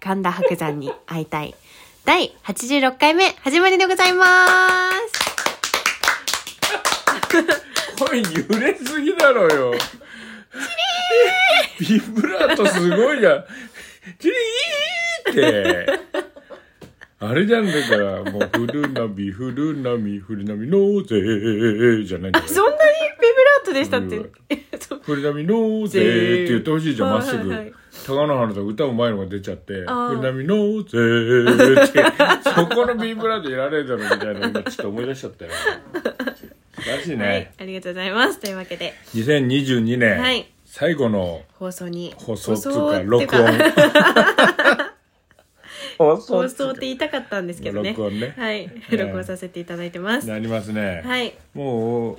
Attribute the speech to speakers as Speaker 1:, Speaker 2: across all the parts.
Speaker 1: 神田伯山に会いたい。第86回目、始まりでございます。
Speaker 2: 声揺れすぎだろよ。ビブラートすごいな。チリーって。あれじゃんだから、もう、フルナビ、フルナミ、フルナミ、ノーゼーじゃないんだよ
Speaker 1: そんなにビブラートでしたって。そう
Speaker 2: フルナミ、ノーゼーって言ってほしいじゃん、まっす
Speaker 1: はいはいはい
Speaker 2: ぐ。高野花と歌う前のが出ちゃって、フル
Speaker 1: あー
Speaker 2: ナミ、ノーゼーって、そこのビブラートいらねえだろ、みたいな、今ちょっと思い出しちゃったよ。素晴らしい ね。
Speaker 1: はい、ありがとうございます。というわけで、
Speaker 2: 2022年、
Speaker 1: はい
Speaker 2: 最後の
Speaker 1: 放送に。
Speaker 2: 放送っつう
Speaker 1: 放送っ
Speaker 2: か
Speaker 1: ていう
Speaker 2: 録
Speaker 1: か
Speaker 2: 音放
Speaker 1: 放
Speaker 2: っつう
Speaker 1: 送って言いたかったんですけどね。
Speaker 2: 録音ね
Speaker 1: はい、録音させていただいてます。
Speaker 2: なりますね、
Speaker 1: はい。
Speaker 2: もう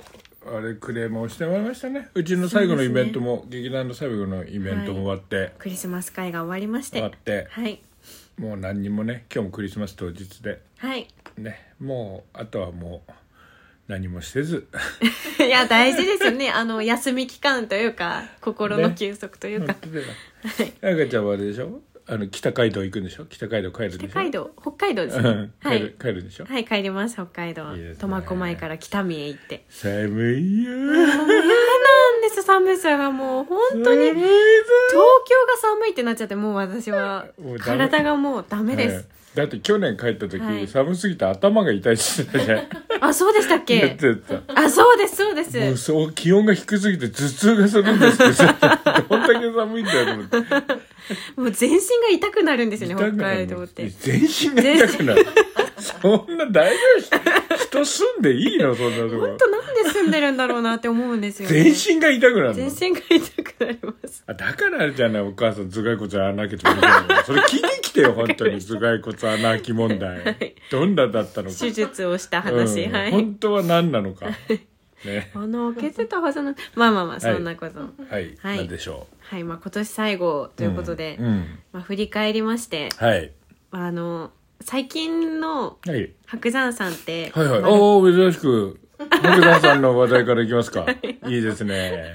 Speaker 2: あれクレームをしてもらいましたねうちの最後のイベントも、劇団の最後のイベントも終わって、
Speaker 1: クリスマス会が終わりまして。
Speaker 2: 終わって
Speaker 1: はい。
Speaker 2: もう何にもね今日もクリスマス当日で
Speaker 1: はい。
Speaker 2: ねもうあとはもう何もせず
Speaker 1: いや、大事ですよね。あの、休み期間というか、心の休息というか。
Speaker 2: 本当だよ赤ちゃんはあれでしょあの北海道行くんでしょ北海道帰るでしょ
Speaker 1: 北海道、北海道です
Speaker 2: う
Speaker 1: ね
Speaker 2: ん。
Speaker 1: は
Speaker 2: 帰
Speaker 1: い
Speaker 2: る。帰るでしょ、
Speaker 1: はい、帰ります、北海道
Speaker 2: いいです。ね
Speaker 1: 苫小牧から北見へ行って。
Speaker 2: 寒いよ
Speaker 1: 嫌なんです、寒さがもう、本当に。
Speaker 2: 寒い
Speaker 1: 東
Speaker 2: ぞ
Speaker 1: 京が寒いってなっちゃって、もう私は
Speaker 2: もう、ダメ
Speaker 1: 体がもうダメで
Speaker 2: え
Speaker 1: す。
Speaker 2: えだって去年帰った時、
Speaker 1: はい
Speaker 2: 寒すぎて頭が痛いって言ってた じゃん
Speaker 1: あ、そうでしたっ
Speaker 2: 言っ
Speaker 1: け
Speaker 2: てた
Speaker 1: あ、そうです、そうで
Speaker 2: もう
Speaker 1: す。
Speaker 2: そう気温が低すぎて頭痛がするんですけど どんだけ寒いんだよと思って
Speaker 1: もう全身が痛くなるんですよね、
Speaker 2: 痛く
Speaker 1: 北
Speaker 2: なる
Speaker 1: 海道って。
Speaker 2: 全身が痛くなるそんな大丈夫人住んでいいのそんなとこ
Speaker 1: 本当なんで住んでるんだろうなって思うんですよ、
Speaker 2: 全
Speaker 1: ね。
Speaker 2: 身が痛くなるの
Speaker 1: 全身が痛くなります。
Speaker 2: あだからあれじゃないお母さん頭蓋骨穴開けてくれた のそれ聞いてきてよ本当に頭蓋骨穴開き問題、
Speaker 1: い
Speaker 2: どんなだったのか
Speaker 1: 手術をした話、
Speaker 2: うん
Speaker 1: はい。
Speaker 2: 本当は何なの かね
Speaker 1: 穴開けてたはずなの。まあまあまあ、そんなこと。はい、
Speaker 2: はい、
Speaker 1: はい
Speaker 2: なんでしょ
Speaker 1: まあ今年最後
Speaker 2: う。
Speaker 1: ということで、
Speaker 2: うんうん
Speaker 1: まあ振り返りまして、
Speaker 2: はい。
Speaker 1: あの、最近の
Speaker 2: はい。
Speaker 1: 白山さんって、
Speaker 2: はいはい。
Speaker 1: まあ
Speaker 2: おお、珍しく、長谷さんの話題からい きますか。いいですね。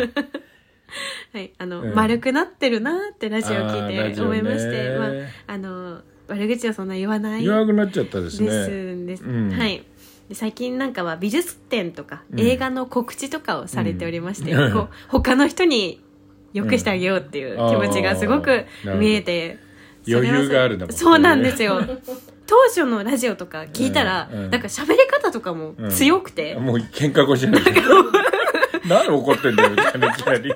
Speaker 1: はい、あの、
Speaker 2: うん
Speaker 1: 丸くなってるなーってラジオ
Speaker 2: あー
Speaker 1: 聞
Speaker 2: ラ
Speaker 1: い
Speaker 2: ジ
Speaker 1: て
Speaker 2: オね
Speaker 1: 思いまして、まあ、あの、悪口はそんな言わない。
Speaker 2: 弱くなっちゃったですね。
Speaker 1: ですです、
Speaker 2: うん
Speaker 1: はいで最近なんかは美術展とか
Speaker 2: うん
Speaker 1: 映画の告知とかをされておりまして、
Speaker 2: うん
Speaker 1: こう他の人によくしてあげようっていう
Speaker 2: うん
Speaker 1: 気持ちがすごく
Speaker 2: あー
Speaker 1: 見えて、そ
Speaker 2: なるほど
Speaker 1: れは
Speaker 2: 余裕があるんだもんね
Speaker 1: そうなんです よ当初のラジオとか聞いたら、
Speaker 2: うんうん
Speaker 1: なんか喋り方とかも強くて、
Speaker 2: もう喧嘩腰になる。何怒ってんだよ、いき なり。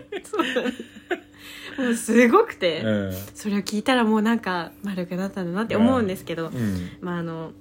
Speaker 1: もうすごくて、
Speaker 2: うん。
Speaker 1: それを聞いたらもうなんか丸くなったんだなって思うんですけど、
Speaker 2: うん。
Speaker 1: まああの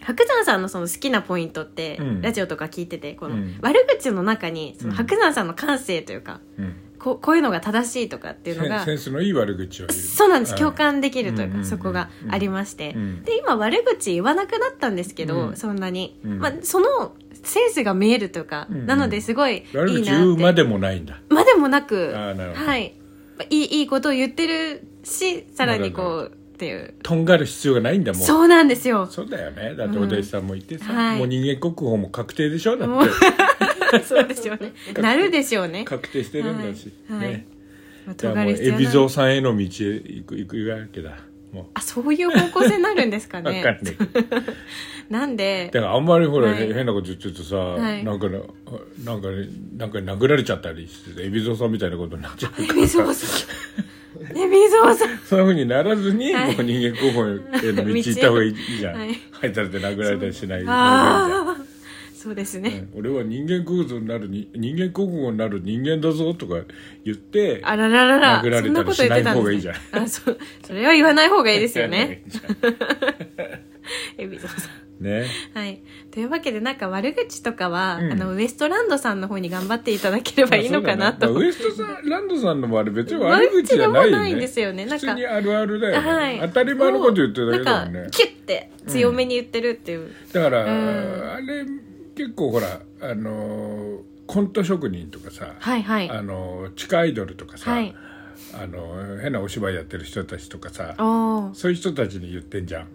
Speaker 1: 白山さんのその好きなポイントって、
Speaker 2: うん
Speaker 1: ラジオとか聞いててこの、
Speaker 2: うん
Speaker 1: 悪口の中にその
Speaker 2: うん
Speaker 1: 白山さんの感性というか、
Speaker 2: うん。
Speaker 1: ここういうのが正しいとかっていうの
Speaker 2: セン
Speaker 1: が
Speaker 2: センスのいい悪口を言う。
Speaker 1: そうなんです
Speaker 2: はい
Speaker 1: 共感できるという
Speaker 2: うんうんう
Speaker 1: か
Speaker 2: ん
Speaker 1: そこがありまして
Speaker 2: うん
Speaker 1: で今悪口言わなくなったんですけど、
Speaker 2: うん
Speaker 1: そんなに、
Speaker 2: うん
Speaker 1: まあ、そのセンスが見えるというか、
Speaker 2: うんうん
Speaker 1: なのですごいいいなっ
Speaker 2: 悪
Speaker 1: て
Speaker 2: 口言うまでもないんだ。
Speaker 1: までもなく
Speaker 2: あーなるほど
Speaker 1: はい、まあいいいいことを言ってるしさらに
Speaker 2: な
Speaker 1: こうっていう
Speaker 2: とんがる必要がないんだもん。
Speaker 1: そうなんですよ
Speaker 2: そうだよね。だってお弟子さんも言ってさ、
Speaker 1: うんはい
Speaker 2: もう人間国宝も確定でしょだ
Speaker 1: も
Speaker 2: っ
Speaker 1: う そうですよねなるでしょうね
Speaker 2: て。確定してるんだし。
Speaker 1: はいはい
Speaker 2: ね。
Speaker 1: まあ
Speaker 2: じゃあ
Speaker 1: 尖
Speaker 2: もう
Speaker 1: る必要
Speaker 2: 海
Speaker 1: ない
Speaker 2: 老蔵さんへの道へ行く行くわけだも
Speaker 1: あそういう方向性になるんですか
Speaker 2: う 分かん
Speaker 1: ね
Speaker 2: ない
Speaker 1: なんで
Speaker 2: だからあんまりほら、
Speaker 1: はい
Speaker 2: 変なこと言ってるとさ、
Speaker 1: はい
Speaker 2: なんかななんかねなんか殴られちゃったりしてて海老蔵さんみたいなことになっちゃうから
Speaker 1: 海老蔵さん海老蔵さん
Speaker 2: そういうふうにならずに、
Speaker 1: はい
Speaker 2: もう人間候補への道行った方がいいじゃん、
Speaker 1: はい
Speaker 2: 入ったらって殴られたりしない
Speaker 1: ああそうですね、
Speaker 2: うん俺は人間国宝になるに人間国宝になる人間だぞとか言って
Speaker 1: あらららら
Speaker 2: 殴ら
Speaker 1: そ
Speaker 2: れ
Speaker 1: ん
Speaker 2: た
Speaker 1: なこと言
Speaker 2: りし
Speaker 1: っ
Speaker 2: な
Speaker 1: て
Speaker 2: い
Speaker 1: たん
Speaker 2: 方がい
Speaker 1: です
Speaker 2: いじゃ
Speaker 1: ね
Speaker 2: ん
Speaker 1: あそうそれは言わない方がいいですよ ね
Speaker 2: やらない方がいい
Speaker 1: 海老蔵さん
Speaker 2: じゃんね
Speaker 1: はい、というわけでなんか悪口とかは、
Speaker 2: うん
Speaker 1: あのウエストランドさんの方に頑張っていただければいいのかな
Speaker 2: まあ
Speaker 1: と
Speaker 2: そうだねまあウエストさんランドさんのもあれ別に悪口じゃない
Speaker 1: 悪口でも
Speaker 2: よ
Speaker 1: ないん
Speaker 2: ね
Speaker 1: ですよねなん
Speaker 2: 普
Speaker 1: か
Speaker 2: 通にあるあるだよね、
Speaker 1: はい、
Speaker 2: 当たり前のこと言ってるだけだもん
Speaker 1: な
Speaker 2: ね
Speaker 1: んかキュッて強めに言ってるっていう、
Speaker 2: だから、
Speaker 1: うん
Speaker 2: あれ結構ほらあのーコント職人とかさ、
Speaker 1: はいはい
Speaker 2: あのー地下アイドルとかさ、
Speaker 1: はい
Speaker 2: あのー変なお芝居やってる人たちとかさ
Speaker 1: おー
Speaker 2: そういう人たちに言ってんじゃん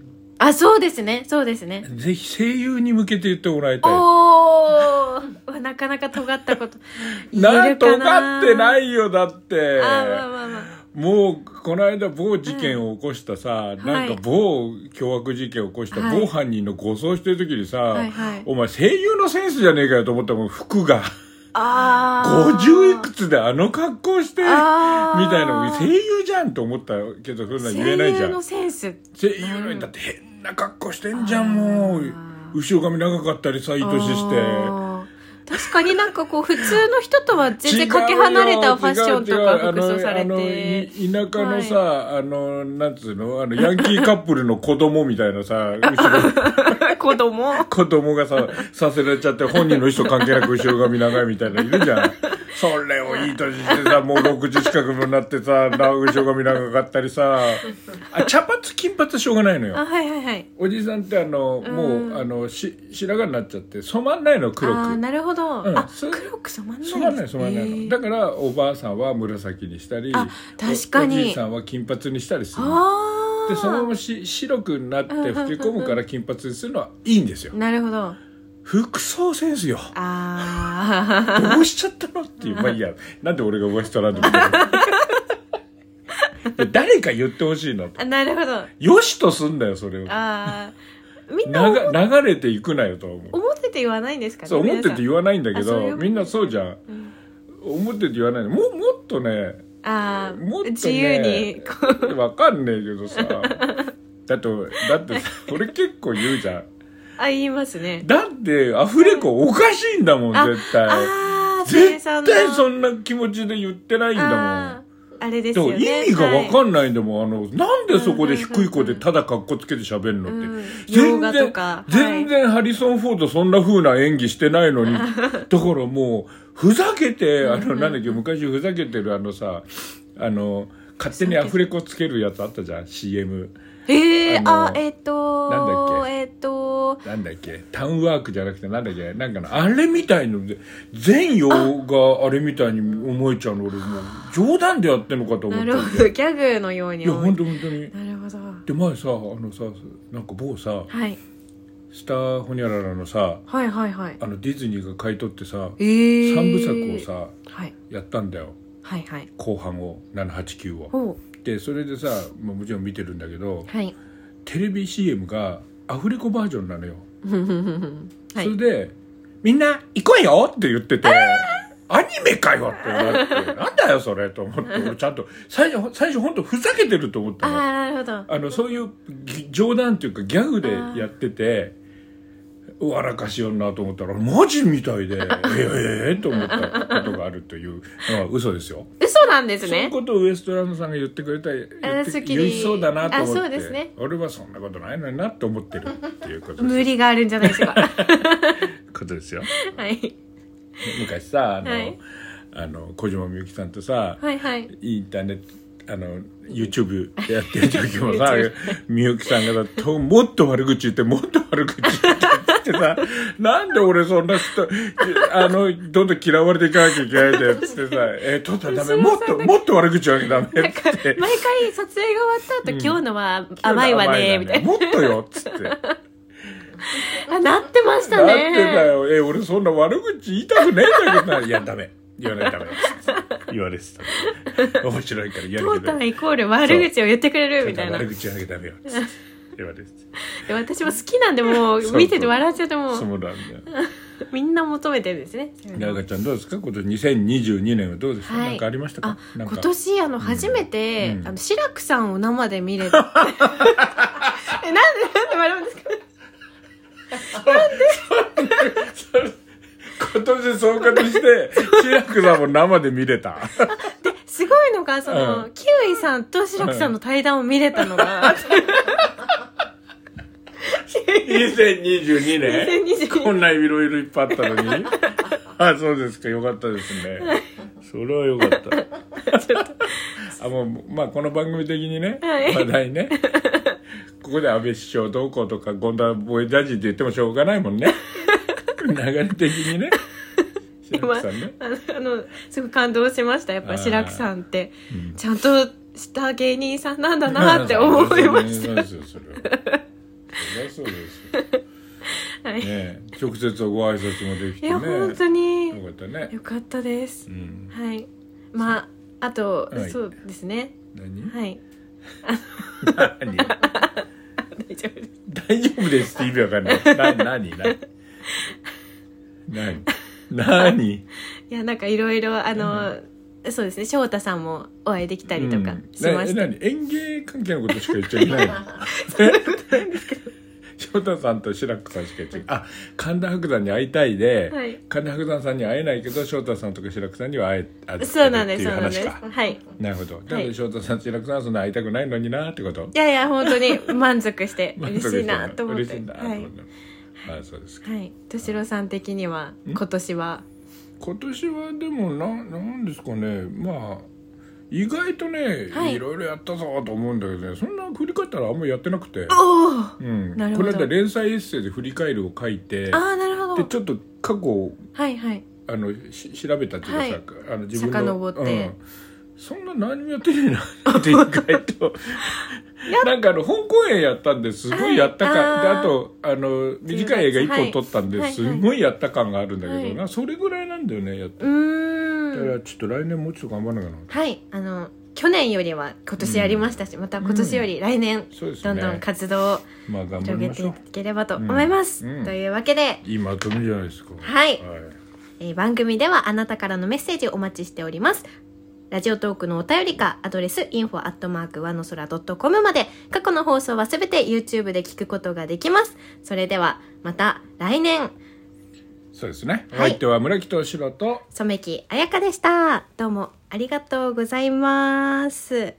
Speaker 1: あそうですねそうですね
Speaker 2: ぜひ声優に向けて言ってもらいたい
Speaker 1: おお なかなか尖ったこと言え
Speaker 2: な
Speaker 1: る
Speaker 2: んと
Speaker 1: か
Speaker 2: かってないいよだって
Speaker 1: あーまあまあまあ
Speaker 2: もうこの間某事件を起こしたさ、なんか某凶悪事件を起こした
Speaker 1: はい
Speaker 2: 某犯人の護送してる時にさ、
Speaker 1: いはい
Speaker 2: お前声優のセンスじゃねえかよと思ったもん服が
Speaker 1: ああ。
Speaker 2: 50いくつであの格好してみたい
Speaker 1: あー
Speaker 2: な声優じゃんと思ったけどそんなん言えないじ
Speaker 1: 声
Speaker 2: ゃ
Speaker 1: 優の
Speaker 2: ん
Speaker 1: センス。
Speaker 2: 声優のだって変な格好してんじゃんもう
Speaker 1: あー
Speaker 2: 後ろ髪長かったりさいい年して。
Speaker 1: あー確かになんかこう、普通の人とは全然かけ離れたファッションと か服装されて。
Speaker 2: 違う違うあのあのい田舎のさ、あのなんつうのあのヤンキーカップルの子供みたいなさ後ろ
Speaker 1: 子 供。
Speaker 2: 子供 がささせられちゃって本人の人関係なく後ろ髪長いみたいないるじゃんそれをいい年してさもう60近くもなってさな後ろ髪長かったりさあ茶髪金髪はしょうがないの
Speaker 1: あ、
Speaker 2: よ
Speaker 1: はいはいはい。
Speaker 2: おじさんってあのもう、
Speaker 1: うん
Speaker 2: あのし白髪になっちゃって染まんないの黒
Speaker 1: あー
Speaker 2: く
Speaker 1: なるほど。
Speaker 2: うん
Speaker 1: あ、
Speaker 2: それ
Speaker 1: 黒く染まんない。
Speaker 2: 染まんない染まんないの、
Speaker 1: へー
Speaker 2: だからおばあさんは紫にしたり
Speaker 1: あ確かに
Speaker 2: おおじいさんは金髪にしたりするの
Speaker 1: ああ。
Speaker 2: でそのままし白くなって老け込むから金髪にするのはいい んですよ
Speaker 1: なるほど。
Speaker 2: 服装センスよ
Speaker 1: ああ。
Speaker 2: どうしちゃったのっていうまあいいやなんで俺が上下なんだ みたいな誰か言ってほしいなと
Speaker 1: あ なるほど。あ
Speaker 2: よしとすんだよそれを
Speaker 1: あー。みんな思
Speaker 2: 流流れていくなよとは思う
Speaker 1: 思ってて言わないんですかね。
Speaker 2: そう思ってて
Speaker 1: わ
Speaker 2: 言わないんだけ
Speaker 1: あそういう
Speaker 2: ど
Speaker 1: こと
Speaker 2: みんなそうじゃん思ってて言わないのももっとね
Speaker 1: ああ、
Speaker 2: もっと、ね、
Speaker 1: 自由に。こう
Speaker 2: わかんねえけどさだってだってさ俺結構言うじゃん
Speaker 1: あ、言いますね。
Speaker 2: だってアフレコおかしいんだもん
Speaker 1: あ
Speaker 2: 絶対
Speaker 1: ああ、声優
Speaker 2: 絶
Speaker 1: さんの
Speaker 2: 対そんな気持ちで言ってないんだも
Speaker 1: あ
Speaker 2: ん
Speaker 1: ーあれです
Speaker 2: だ
Speaker 1: よ
Speaker 2: から
Speaker 1: ね。
Speaker 2: 意味がわ
Speaker 1: は
Speaker 2: かんないんだもん、あのなんでそこで低い声でただかっこつけて喋るのって、
Speaker 1: うん洋
Speaker 2: 全
Speaker 1: 画
Speaker 2: 然
Speaker 1: とか
Speaker 2: 全然ハリソン・フォードそんな風な演技してない のにだからもうふざけてあのなんだっけ昔ふざけてるあのさあの勝手にアフレコつけるやつあったじゃん CM
Speaker 1: いえー、
Speaker 2: あ
Speaker 1: あ
Speaker 2: の
Speaker 1: えっ、と
Speaker 2: なんだっけ
Speaker 1: えっ、と
Speaker 2: なんだっけタウンワークじゃなくてなんだっけなんかのあれみたいので全容があれみたいに思えちゃうの俺もう冗談でやってんのかと思っ
Speaker 1: な
Speaker 2: て
Speaker 1: るほどギャグのよう
Speaker 2: い
Speaker 1: に
Speaker 2: や
Speaker 1: 思う
Speaker 2: 本当本当に
Speaker 1: なるほどは
Speaker 2: で前さあのさなんか某さ
Speaker 1: い
Speaker 2: スターホニャララのさ
Speaker 1: はいはいはい
Speaker 2: あのディズニーが買い取ってさ
Speaker 1: えー、
Speaker 2: 三部作をさ
Speaker 1: はい
Speaker 2: やったんだよ
Speaker 1: はいはい
Speaker 2: 後半を789を
Speaker 1: ほ
Speaker 2: でそれでさ、まあ、もちろん見てるんだけど
Speaker 1: うはい
Speaker 2: テレビ CM がアフレコバージョンなのよ、
Speaker 1: は
Speaker 2: それ
Speaker 1: い
Speaker 2: で「みんな行こうよ!」って言ってて「アニメかよ!」ってなって「なんだよそれ!」と思って俺ちゃんと最初最初本当ふざけてると思っ
Speaker 1: あ
Speaker 2: た
Speaker 1: あ
Speaker 2: の
Speaker 1: なるほど
Speaker 2: あのそういうぎ冗談というかギャグでやってて笑かしよんなと思ったらマジみた いでえええと思ったことがあるというのは嘘ですよ。
Speaker 1: 嘘なんです
Speaker 2: そういう
Speaker 1: ね
Speaker 2: ことをウエストランドさんが言ってくれたら言って
Speaker 1: すっきり
Speaker 2: 言いそうだなと思
Speaker 1: あそう
Speaker 2: っ
Speaker 1: で
Speaker 2: て、
Speaker 1: すね
Speaker 2: 俺はそんなことないのになって思ってるっていうこと
Speaker 1: 無
Speaker 2: です
Speaker 1: 理があるんじゃないですか
Speaker 2: ことで すよ。
Speaker 1: はい
Speaker 2: 昔さあの、
Speaker 1: はい
Speaker 2: あの小島みゆきさんとさ、
Speaker 1: はい はい
Speaker 2: インターネットあの YouTube やってる時もさ
Speaker 1: YouTube
Speaker 2: みゆきさんがだともっと悪口言ってもっと悪口言ってってさなんで俺そんな人あのどんどん嫌われていかなきゃいけないんだよっ つってさ「えとったらダメもっともっと悪口言わなきゃダメ」っつっ
Speaker 1: 毎
Speaker 2: て。
Speaker 1: 回撮影が終わった後、今日のは甘いわねみたいな
Speaker 2: もっとよっつって。なって
Speaker 1: あなってました
Speaker 2: た
Speaker 1: ね
Speaker 2: よ。え、俺そんな悪口言いたくねえんだけどな。いや、ダメ。言わないダメ。つって言われてた。面白いから言わ
Speaker 1: ト
Speaker 2: な
Speaker 1: ー
Speaker 2: きゃ
Speaker 1: タルイコール悪口を言ってくれるみたいな
Speaker 2: 悪口言わなきゃダメよ。つって言われて
Speaker 1: で
Speaker 2: た。
Speaker 1: 私も好きなんでも
Speaker 2: そう
Speaker 1: う
Speaker 2: そう
Speaker 1: 見てて笑っちゃっても
Speaker 2: そううなんだよ。
Speaker 1: みんな求めてるんですね
Speaker 2: なかちゃんどうですか今年2022年はどうですか、
Speaker 1: はい
Speaker 2: なんかありましたか
Speaker 1: あ
Speaker 2: なん
Speaker 1: 今
Speaker 2: か
Speaker 1: 年あの初めて、
Speaker 2: うん
Speaker 1: あの志らくさんを生で見れ たえなんでなんで笑うんですか
Speaker 2: 今年総括して、志らくさんも生で見れた。
Speaker 1: ですごいのがその、
Speaker 2: うん
Speaker 1: キウイさんと志らくさんの対談を見れたのが、
Speaker 2: 2022
Speaker 1: 2022
Speaker 2: こんないろいろいっぱいあったの に。あ、そうですか。よかったですね。それはよかった。あ、もう、まあ、この番組的にね、
Speaker 1: はい
Speaker 2: 話題ね。ここで安倍首相どうこうとか、権田防衛大臣って言ってもしょうがな いもんね。流れ的にね。志ら
Speaker 1: 今
Speaker 2: く
Speaker 1: あ
Speaker 2: さんね。
Speaker 1: のあのすごい感動しましたやっ
Speaker 2: あ
Speaker 1: ぱ
Speaker 2: ー
Speaker 1: 志らくさんって、
Speaker 2: うん
Speaker 1: ちゃんとした芸人さんなんだな って思いまし
Speaker 2: そうですよそれはそりゃそうですよ
Speaker 1: た、はい
Speaker 2: ねえ直接ご挨拶もでき
Speaker 1: い
Speaker 2: てね
Speaker 1: や本当に
Speaker 2: よかったね
Speaker 1: よかったです
Speaker 2: う、ん
Speaker 1: はいまああと、
Speaker 2: はい
Speaker 1: そうですね
Speaker 2: 何、
Speaker 1: はい 大
Speaker 2: 何
Speaker 1: 丈夫です
Speaker 2: 大丈夫ですって意味わかんない。な、何何何何
Speaker 1: いやなんかいろいろあの、そうですね翔太さんもお会いできたりとかしました、
Speaker 2: うん、なえ何園芸関係のことしか言っちゃいけな いのえ 翔太さんと志らくさんしか言っちゃいけないあ神田伯山に会いたいで、
Speaker 1: はい
Speaker 2: 神田伯山さんに会えないけど翔太さんとか志らくさんには会え会って
Speaker 1: そうなんで
Speaker 2: って
Speaker 1: す
Speaker 2: い
Speaker 1: そううなんです
Speaker 2: 話か
Speaker 1: はい
Speaker 2: なるほどだ
Speaker 1: は
Speaker 2: けど
Speaker 1: い
Speaker 2: 翔太さんと志らくさんはそんな会いたくないのになってこと
Speaker 1: いやいや本当に満足して
Speaker 2: 満足
Speaker 1: 嬉
Speaker 2: て
Speaker 1: しいなと思って
Speaker 2: 嬉しいなと
Speaker 1: は
Speaker 2: 思
Speaker 1: い
Speaker 2: って、あそうですか
Speaker 1: はい敏郎さん的には今年は
Speaker 2: 今年はでもななんですかねまあ意外とね、
Speaker 1: はい
Speaker 2: いろいろやったぞと思うんだけどねそんな振り返ったらあんまやってなくて
Speaker 1: おお
Speaker 2: うん、
Speaker 1: なるほど
Speaker 2: この間連載エッセイで「振り返る」を書いてで
Speaker 1: ああなるほど
Speaker 2: ちょっと過去を
Speaker 1: はいはい
Speaker 2: あのし調べたっていうかさ、あの自分の
Speaker 1: 遡って
Speaker 2: うんそんな何もやってねえなって 意外となんかあの本公演やったんですごいやったか、
Speaker 1: はい
Speaker 2: で
Speaker 1: あー
Speaker 2: あとあの短い映画1本撮ったんで、
Speaker 1: はい
Speaker 2: すごいやった感があるんだけど、
Speaker 1: はい
Speaker 2: なそれぐらいなんだよねやっ
Speaker 1: う
Speaker 2: た、だか
Speaker 1: ーん
Speaker 2: らちょっと来年もうちょっと頑張らなきゃな
Speaker 1: はいあの去年よりは今年やりましたし、また今年より来年
Speaker 2: そうですね
Speaker 1: どんどん活動を
Speaker 2: まあ頑張
Speaker 1: 広
Speaker 2: り
Speaker 1: げ
Speaker 2: ましてょ
Speaker 1: いうければと思います、
Speaker 2: うんうん
Speaker 1: というわけで、
Speaker 2: いいまとめじゃないですか
Speaker 1: はい
Speaker 2: はい
Speaker 1: えー番組ではあなたからのメッセージをお待ちしております。ラジオトークのお便りか、アドレス、info@ 和の空 .com まで、過去の放送はすべて YouTube で聞くことができます。それでは、また来年、
Speaker 2: そうですね、
Speaker 1: はい
Speaker 2: お相手は村木敏郎と
Speaker 1: 染木彩香でした。どうもありがとうございます。